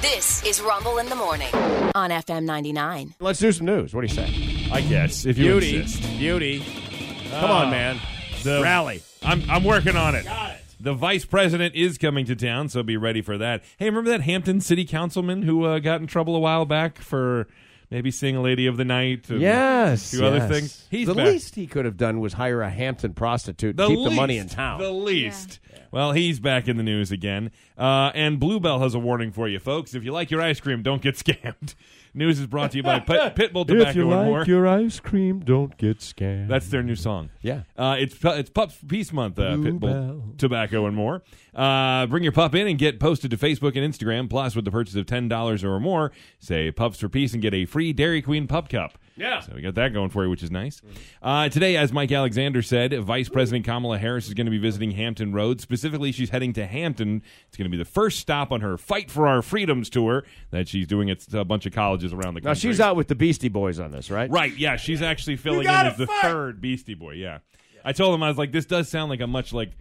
This is Rumble in the Morning on FM 99. Let's do some news. What do you say? I guess if you Beauty, insist. beauty. Come on, man. Ah. The Rally. I'm I'm working on it. Got it. The vice president is coming to town, so be ready for that. Hey, remember that Hampton city councilman who uh, got in trouble a while back for maybe seeing a lady of the night? and Yes. a few other yes. things. He's the back. least he could have done was hire a Hampton prostitute, The and keep the least, money in town. The least. Well, he's back in the news again. Uh, and Bluebell has a warning for you, folks. If you like your ice cream, don't get scammed. News is brought to you by Pit- Pitbull Tobacco and More. your ice cream, don't get scammed. That's their new song. Yeah. Uh, it's pu- it's Pups for Peace Month, uh, Blue Pitbull, Bell. Tobacco, and more. Uh, bring your pup in and get posted to Facebook and Instagram. Plus, with the purchase of $10 or more, say Pups for Peace and get a free Dairy Queen Pup Cup. Yeah. So we got that going for you, which is nice. Uh, today, as Mike Alexander said, Vice President Kamala Harris is going to be visiting Hampton Roads. Specifically, she's heading to Hampton. It's going to be the first stop on her Fight for Our Freedoms tour that she's doing at a bunch of colleges around the country. now she's out with the Beastie Boys on this, right? Right, yeah, she's actually filling in as the third Beastie Boy, yeah. I told him I was like, this does sound like a much like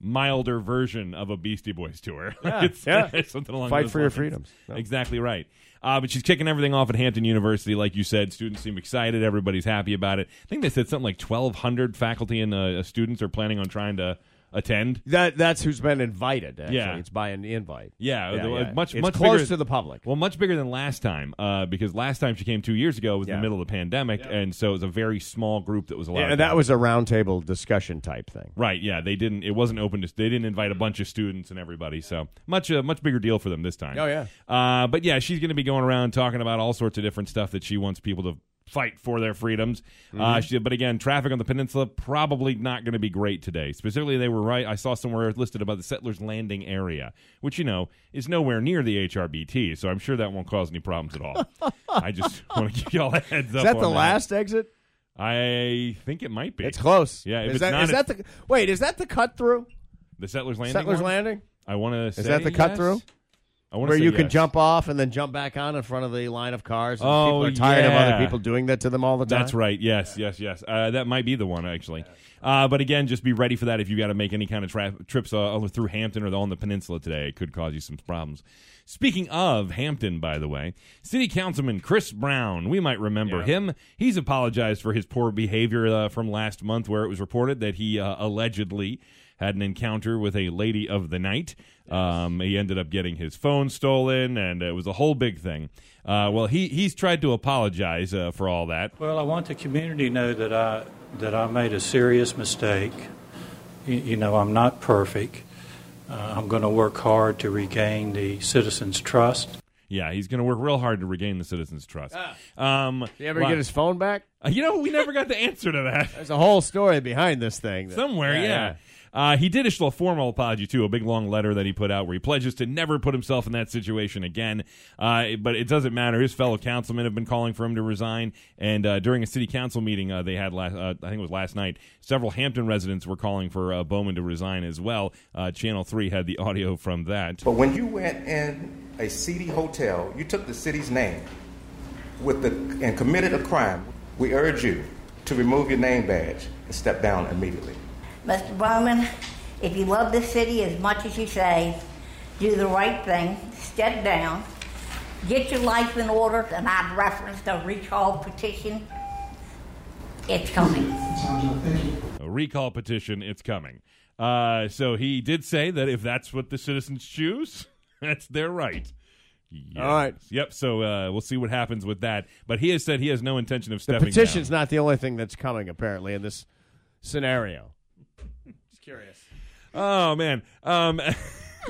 milder version of a Beastie Boys tour. Yeah, it's, yeah. it's something along Fight those for your lines. freedoms. No. Exactly right. Uh, but she's kicking everything off at Hampton University, like you said. Students seem excited. Everybody's happy about it. I think they said something like 1,200 faculty and uh, students are planning on trying to attend. That that's who's been invited. Actually. Yeah. it's by an invite. Yeah, Yeah, the- uh, yeah. much It's much close bigger- to the public. Well, much bigger than last time uh, because last time she came two years ago was in Yeah. the middle of the pandemic, and so it was a very small group that was allowed. to and that was a roundtable discussion type thing. Right, yeah, they didn't. It wasn't open to. They didn't invite a bunch of students and everybody. So much, a much bigger deal for them this time. Oh, yeah. Uh, but yeah, she's going to be going around talking about all sorts of different stuff that she wants people to fight for their freedoms. Mm-hmm. Uh, she, but again, traffic on the peninsula probably not going to be great today. Specifically, they were right. I saw somewhere listed about the Settlers Landing area, which you know is nowhere near the HRBT. So I'm sure that won't cause any problems at all. I just want to give y'all a heads up. Is that on the last exit? I think it might be. It's close. Yeah, if is it's that not, is it- that the wait? Is that the cut through? the Settlers Landing. Settlers one? Landing, I want to. Is that the cut through? I want where you can jump off and then jump back on in front of the line of cars. And Oh, people are tired of yeah. other people doing that to them all the time. That's right. Yes, yes, yes. Uh, that might be the one actually. Uh, but again, just be ready for that if you got to make any kind of tra- trips uh, over through Hampton or on the peninsula today. It could cause you some problems. Speaking of Hampton, by the way, City Councilman Chris Brown, we might remember him. He's apologized for his poor behavior uh, from last month, where it was reported that he uh, allegedly had an encounter with a lady of the night. Um, he ended up getting his phone stolen, and it was a whole big thing. Uh, well, he he's tried to apologize uh, for all that. Well, I want the community to know that I, that I made a serious mistake. You, you know, I'm not perfect. Uh, I'm going to work hard to regain the citizens' trust. Yeah, he's going to work real hard to regain the citizens' trust. Um, Did he Ah. ever wow. get his phone back? Uh, You know, we never got the answer to that There's a whole story behind this thing. that- somewhere. Yeah. Uh, he did issue a formal apology too, a big long letter that he put out where he pledges to never put himself in that situation again. Uh, but it doesn't matter. His fellow councilmen have been calling for him to resign, and uh, during a city council meeting uh, they had last, uh, I think it was last night, several Hampton residents were calling for uh, Bowman to resign as well. Uh, Channel Three had the audio from that. But when you went in a seedy hotel, you took the city's name with the, and committed a crime. We urge you to remove your name badge and step down immediately. Mr. Bowman, if you love this city as much as you say, do the right thing, step down, get your life in order, and I've referenced the recall petition. It's coming. A recall petition, it's coming. Uh, so he did say that if that's what the citizens choose, that's their right. Yes. All right. Yep. So uh, we'll see what happens with that. But he has said he has no intention of The stepping petition's down. not the only thing that's coming, apparently, in this scenario. Oh man. Um,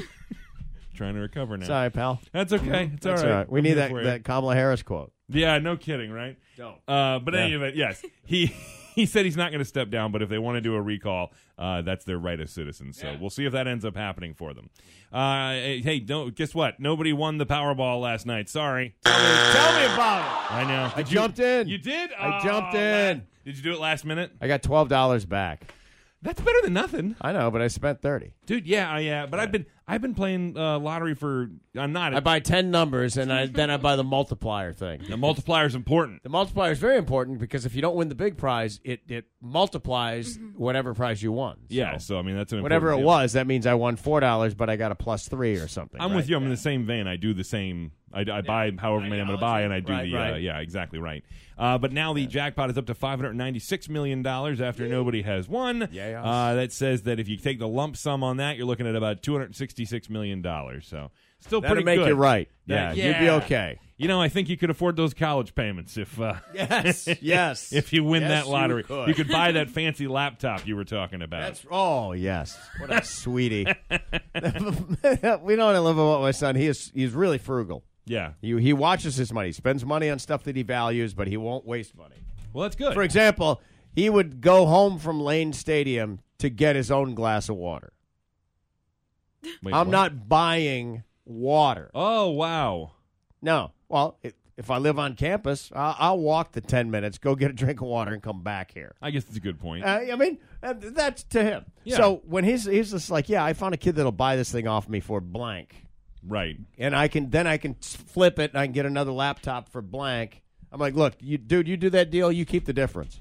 trying to recover now. Sorry, pal. That's okay. It's That's all right. We I'm need here that, for you. that Kamala Harris quote. Yeah. No kidding. Right. Don't. Uh, but in any Yeah. event, yes, he he said he's not going to step down. But if they want to do a recall, uh, that's their right as citizens. So we'll see if that ends up happening for them. Uh, hey, hey, don't guess what? Nobody won the Powerball last night. Sorry, Tell me about it. I know. I jumped in. You did? I Oh, jumped man. in. Did you do it last minute? I got twelve dollars back. That's better than nothing, I know, but I spent thirty. dude. Yeah, I, yeah. But I've been I've been playing uh, lottery for. I'm not. I buy ten numbers, and I, then I buy the multiplier thing. the multiplier's important. The multiplier is very important because if you don't win the big prize, it it multiplies whatever prize you won. So Yeah. So I mean, that's an Whatever it important deal. was, that means I won four dollars, but I got a plus three or something. I'm right? with you. I'm in the same vein. I do the same I, I buy however many I'm going to buy, and I do Right, the Uh, right. yeah, exactly right. Uh, but now the jackpot is up to 596 million dollars after nobody has won. Yes. Uh, that says that if you take the lump sum on that, you're looking at about 266 million dollars. So still That'll pretty make good. you right. That- Yeah, you'd be okay. You know, I think you could afford those college payments if uh, Yes, yes. if you win Yes, that you lottery. could. buy that fancy laptop you were talking about. That's oh yes, what a sweetie. we know what I love about my son. He is he's really frugal. yeah. He, he watches his money, spends money on stuff that he values, but he won't waste money. Well, that's good. For example, he would go home from Lane Stadium to get his own glass of water. Wait, I'm what? not buying water. Oh wow. No. Well, i if I live on campus, I'll, I'll walk the 10 minutes, go get a drink of water, and come back here. I guess that's a good point. Uh, I mean, uh, that's to him. Yeah. So when he's he's just like, yeah, I found a kid that'll buy this thing off me for blank, right. and I can then I can s- flip it and I can get another laptop for blank. I'm like, look, you dude, you do that deal, you keep the difference.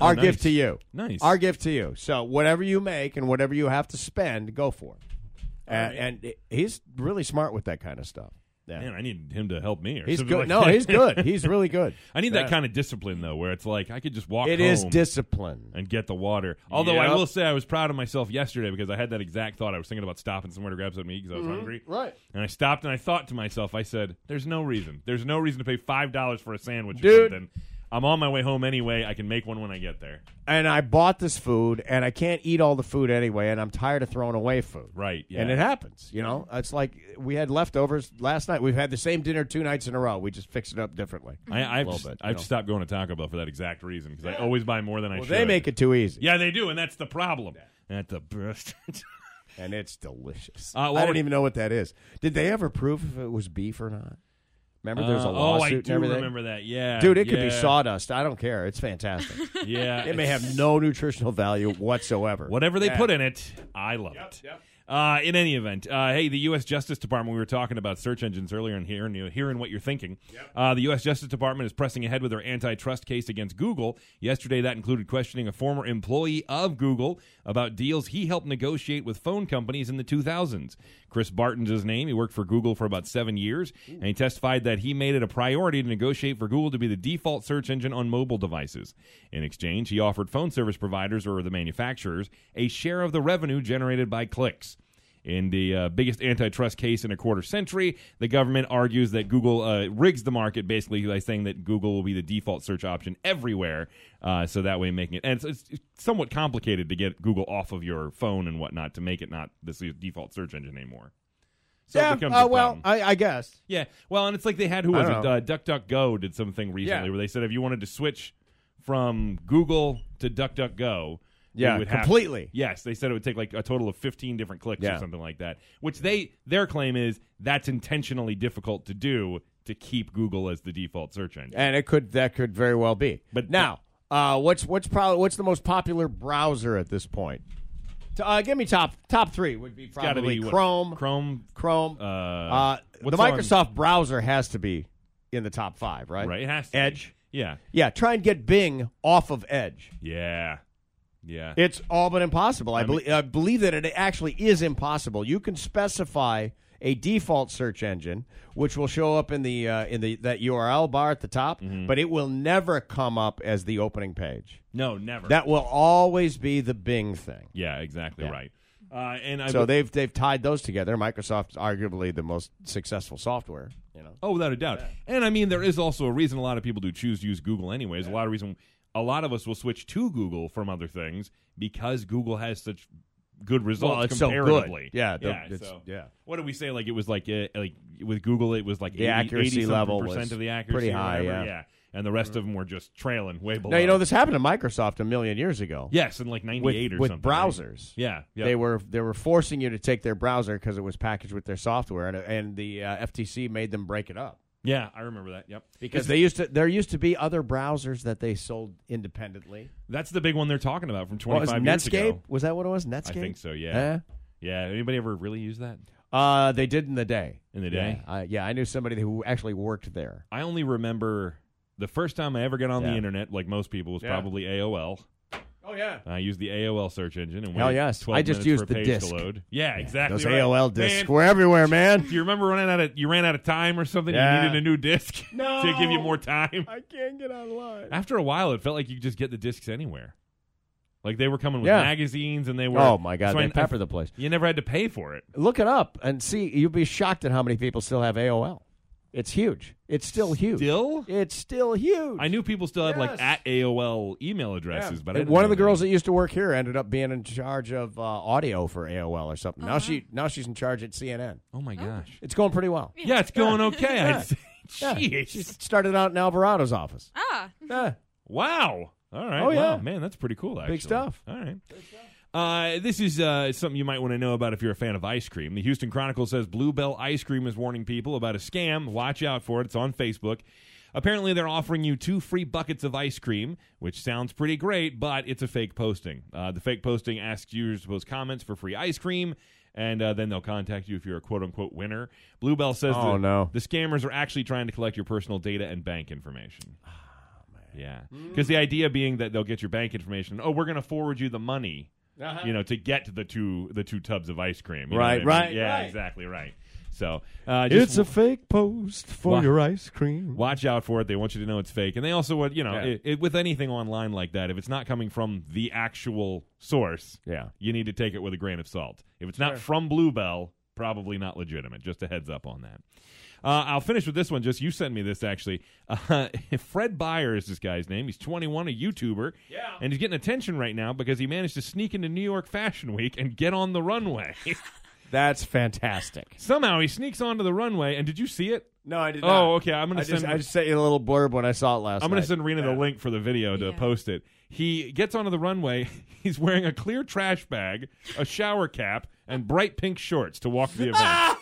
Oh, Our nice. gift to you, Nice. Our gift to you. So whatever you make and whatever you have to spend, go for it. And, and he's really smart with that kind of stuff. Yeah. Man, I need him to help me. Or He's something good. like no, that. he's good. He's really good. I need Yeah. that kind of discipline though, where it's like I could just walk. It is home discipline. and get the water. Although I Yep. will say I was proud of myself yesterday because I had that exact thought. I was thinking about stopping somewhere to grab something to eat because I was hungry. Mm-hmm. right. And I stopped and I thought to myself, I said, "There's no reason. There's no reason to pay five dollars for a sandwich or Dude. something. I'm on my way home anyway. I can make one when I get there." And I bought this food, and I can't eat all the food anyway, and I'm tired of throwing away food. Right, yeah. And it happens. You know, it's like we had leftovers last night. We've had the same dinner two nights in a row. We just fixed it up differently. I, I've, Mm-hmm. Little just, bit, you I've know. stopped going to Taco Bell for that exact reason because I always buy more than I Well, should. they make it too easy, Yeah, they do, and that's the problem. That's the best. and it's delicious. Uh, well, I don't we- even know what that is. Did they ever prove if it was beef or not? Remember, there's a Uh, lawsuit. oh, I and do everything? remember that. Yeah, Dude, it could be yeah, sawdust. I don't care. It's fantastic. Yeah, it may it's- have no nutritional value whatsoever. Whatever they Yeah. put in it, I love it. Uh, in any event, uh, hey, the U.S. Justice Department, we were talking about search engines earlier in here, and you know, hearing what you're thinking. Uh, the U.S. Justice Department is pressing ahead with their antitrust case against Google. Yesterday, that included questioning a former employee of Google about deals he helped negotiate with phone companies in the 2000s. Chris Barton's his name. He worked for Google for about seven years, and he testified that he made it a priority to negotiate for Google to be the default search engine on mobile devices. In exchange, he offered phone service providers or the manufacturers a share of the revenue generated by clicks. In the uh, biggest antitrust case in a quarter century, the government argues that Google uh, rigs the market basically by saying that Google will be the default search option everywhere. Uh, so that way, making it and it's, it's somewhat complicated to get Google off of your phone and whatnot to make it not the s- default search engine anymore. So it Yeah. becomes uh, a well, problem. I, I guess. yeah. Well, and it's like they had who I was it? don't know. Uh, DuckDuckGo did something recently Yeah. where they said if you wanted to switch from Google to DuckDuckGo. you Yeah, would have- completely. yes, they said it would take like a total of 15 different clicks or Yeah. something like that, which they their claim is that's intentionally difficult to do to keep Google as the default search engine. and it could that could very well be. But But- now, uh, what's what's probably what's the most popular browser at this point? T- Uh, give me top top three would be Gotta probably be what- Chrome, Chrome Chrome. uh, uh, the what's on- Microsoft browser has to be in the top five, right? right? It has to be. Edge. Yeah. Yeah, try and get Bing off of Edge. Yeah. Yeah. It's all but impossible. I, mean- believe I believe that it actually is impossible. You can specify a default search engine, which will show up in the uh, in the that URL bar at the top, Mm-hmm. but it will never come up as the opening page. no, never. That will always be the Bing thing. yeah, exactly Yeah. right. Uh, and I So would- they've they've tied those together. Microsoft's arguably the most successful software. You know, Oh, without a doubt. And I mean, there is also a reason a lot of people do choose to use Google, anyways. A lot of reason a lot of us will switch to Google from other things because Google has such good results Well, it's so good. comparatively. Yeah, the- yeah, it's- so- yeah. What did we say? Like it was like uh, like with Google, it was like The 80, accuracy 80-something level percent was of the accuracy, pretty or high, whatever, yeah. And the rest of them were just trailing way below. now you know this happened to Microsoft a million years ago. Yes, in like ninety with, eight or with something. right? browsers. Yeah, yeah. they were they were forcing you to take their browser because it was packaged with their software, and and the uh, FTC made them break it up Yeah, I remember that. Yep. because they used to there used to be other browsers that they sold independently. That's the big one they're talking about from What twenty was five it, years Netscape? ago. Was that what it was? Netscape. I think so. Yeah. Yeah. Anybody ever really use that? Eh? Uh, they did in the day. In the day? Yeah, I, yeah, I knew somebody who actually worked there. I only remember the first time I ever got on the Yeah. internet, like most people, was Yeah. probably AOL. Oh Oh yeah. I used the AOL search engine and Hell waited yes. 12 I just minutes used for a the page disk. to load. Yeah, exactly. Those right. AOL Man, discs were everywhere, man. do you remember running out of you ran out of time or something? Yeah. You needed a new disk No. to give you more time. I can't get online. After a while, it felt like you could just get the discs anywhere. Like they were coming with Yeah. magazines and they were. Oh my god, so I- they pepper the place. You never had to pay for it. Look it up and see. You'll be shocked at how many people still have AOL. It's huge. It's still huge. Still? It's still huge. I knew people still had Yes. like at AOL email addresses, but I And didn't one of know the girls that. that used to work here ended up being in charge of uh, audio for AOL or something. Now Uh-huh. she now she's in charge at CNN. Oh my gosh. It's going pretty well. Yeah, it's going okay. I'd say. Yeah. Jeez. She started out in Alvarado's office. Ah, Yeah. Wow. All right. Oh, Wow, yeah. man, that's pretty cool, actually. stuff. All right. Uh, this is uh, something you might want to know about if you're a fan of ice cream. The Houston Chronicle says Bluebell Ice Cream is warning people about a scam. Watch out for it. It's on Facebook. Apparently, they're offering you two free buckets of ice cream, which sounds pretty great, but it's a fake posting. Uh, the fake posting asks users to post comments for free ice cream, and uh, then they'll contact you if you're a quote unquote winner. Bluebell says Oh, the, no. the scammers are actually trying to collect your personal data and bank information. Yeah, Mm. because the idea being that they'll get your bank information. Oh, we're going to forward you the money, you know, to get the two the two tubs of ice cream. You know Uh-huh. Right, what I mean? right, yeah, right. exactly, right. So uh, just it's a fake post for Wha- your ice cream. watch out for it. They want you to know it's fake, and they also want you know Yeah. it, it, with anything online like that, if it's not coming from the actual source, Yeah. you need to take it with a grain of salt. If it's not from Bluebell, probably not legitimate. Just a heads up on that. Uh, I'll finish with this one. Just you sent me this actually. Uh, Fred Beyer is this guy's name. He's 21, a YouTuber, yeah, and he's getting attention right now because he managed to sneak into New York Fashion Week and get on the runway. That's fantastic. Somehow he sneaks onto the runway. And did you see it? No, I did Oh, okay. I'm gonna I just, send- I just sent you a little blurb when I saw it last I'm going night. to send Rena the link for the video to Yeah. post it. He gets onto the runway. He's wearing a clear trash bag, a shower cap, and bright pink shorts to walk the event.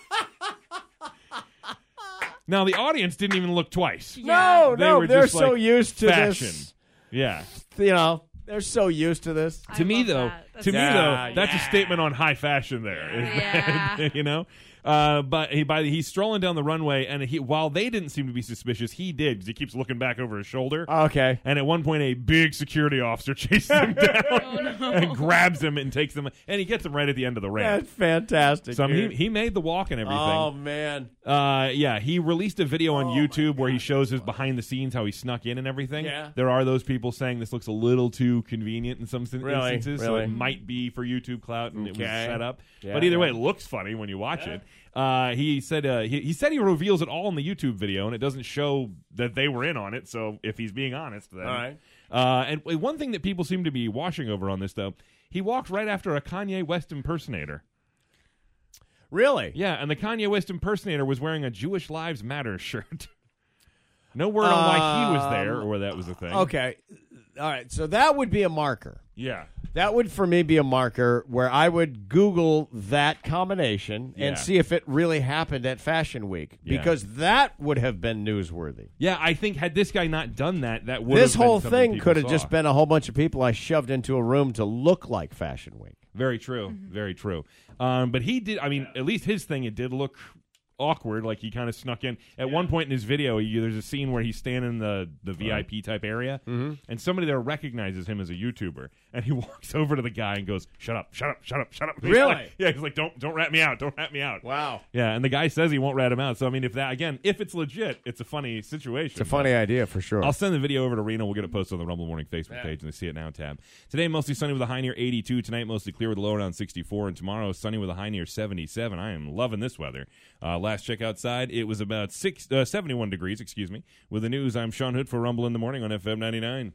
now, the audience didn't even look twice. yeah. no, They no, were they're just, so like, used to fashion. this. Yeah. You know, they're so used to this. I to me love though, that. That's to me so Yeah, though, cool. that's a statement on high fashion. There, is Yeah. that- you know. Uh, but he by the, he's strolling down the runway, and he while they didn't seem to be suspicious, he did because he keeps looking back over his shoulder. Okay. And at one point, a big security officer chases him Oh, down and grabs him and takes him, and he gets him right at the end of the ramp. That's fantastic. So I mean, dude. he, he made the walk and everything. oh, man. Uh, yeah, he released a video Oh on YouTube where he shows his behind the scenes how he snuck in and everything. Yeah. There are those people saying this looks a little too convenient in some sin- Really? instances, so Really? it might be for YouTube clout and it was Okay. set up. Yeah, but either way, yeah. it looks funny when you watch it. Uh, he said uh, he, he said he reveals it all in the YouTube video, and it doesn't show that they were in on it. So if he's being honest, then All right. Uh, and w- one thing that people seem to be washing over on this though, he walked right after a Kanye West impersonator. Really? Yeah, and the Kanye West impersonator was wearing a Jewish Lives Matter shirt. no word on why he was there or where that was a thing. Um, Okay. All right. So that would be a marker. Yeah. That would, for me, be a marker where I would Google that combination Yeah. and see if it really happened at Fashion Week Yeah. because that would have been newsworthy. Yeah, I think had this guy not done that, that would this have been whole something thing people could have saw. just been a whole bunch of people I shoved into a room to look like Fashion Week. very true, Mm-hmm. very true. Um, but he did. I mean, at least his thing, it did look awkward. Like he kind of snuck in. At one point in his video, he, there's a scene where he's standing in the the VIP type area, Mm-hmm. and somebody there recognizes him as a YouTuber, and he walks over to the guy and goes, "Shut up, shut up, shut up, shut up." He's Really? like- yeah, he's like, "Don't don't rat me out, don't rat me out." Wow. Yeah, and the guy says he won't rat him out. So I mean, if that again, if it's legit, it's a funny situation. It's a funny idea for sure. I'll send the video over to Rena. We'll get it posted on the Rumble Morning Facebook page and the See It Now tab. Today, mostly sunny with a high near 82. Tonight, mostly clear with a low around 64. And tomorrow, sunny with a high near 77. I am loving this weather. Uh, last check outside, it was about six, uh, 71 degrees, excuse me. With the news, I'm Sean Hood for Rumble in the Morning on FM 99.